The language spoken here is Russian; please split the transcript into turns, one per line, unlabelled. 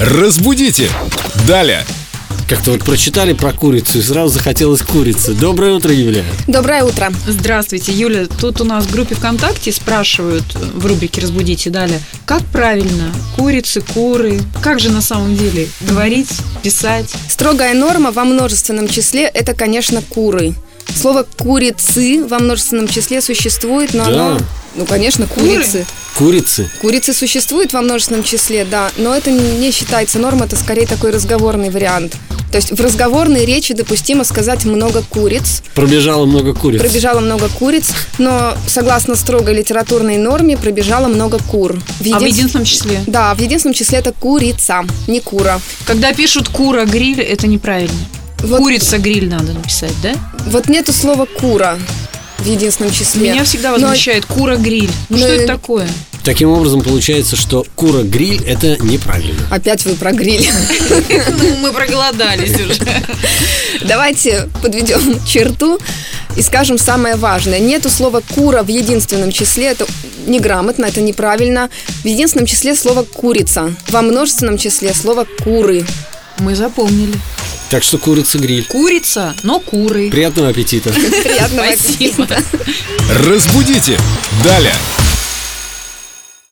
Разбудите! Далее!
Как-то вот прочитали про курицу и сразу захотелось курицы. Доброе утро, Юлия.
Доброе утро.
Здравствуйте, Юля. Тут у нас в группе ВКонтакте спрашивают э, в рубрике «Разбудите далее», как правильно курицы, куры, как же на самом деле говорить, писать?
Строгая норма во множественном числе – это, конечно, куры. Слово «курицы» во множественном числе существует, но
Да.
оно... Ну, конечно, курицы.
Курицы.
Курицы существуют во множественном числе, да, но это не считается нормой, это скорее такой разговорный вариант. То есть в разговорной речи допустимо сказать много куриц,
Пробежало много куриц.
пробежало много куриц, но согласно строгой литературной норме пробежало много кур. В
А в
един-
единственном числе.
Да, в единственном числе это курица, не кура.
Когда пишут «кура гриль», это неправильно.
Вот-
Курица гриль надо написать, да?
Вот нету слова кура в единственном числе.
Меня всегда
Но-
возмущает кура гриль. Ну,
Но-
что это такое?
Таким образом, получается, что кура-гриль – это неправильно.
Опять вы про гриль.
Ну, мы проголодались уже.
Давайте подведем черту и скажем самое важное. Нету слова кура в единственном числе. Это неграмотно, это неправильно. В единственном числе слово курица. Во множественном числе слово куры.
Мы запомнили.
Так что курица-гриль.
Курица, но куры.
Приятного аппетита.
Приятного аппетита.
Разбудите! Далее!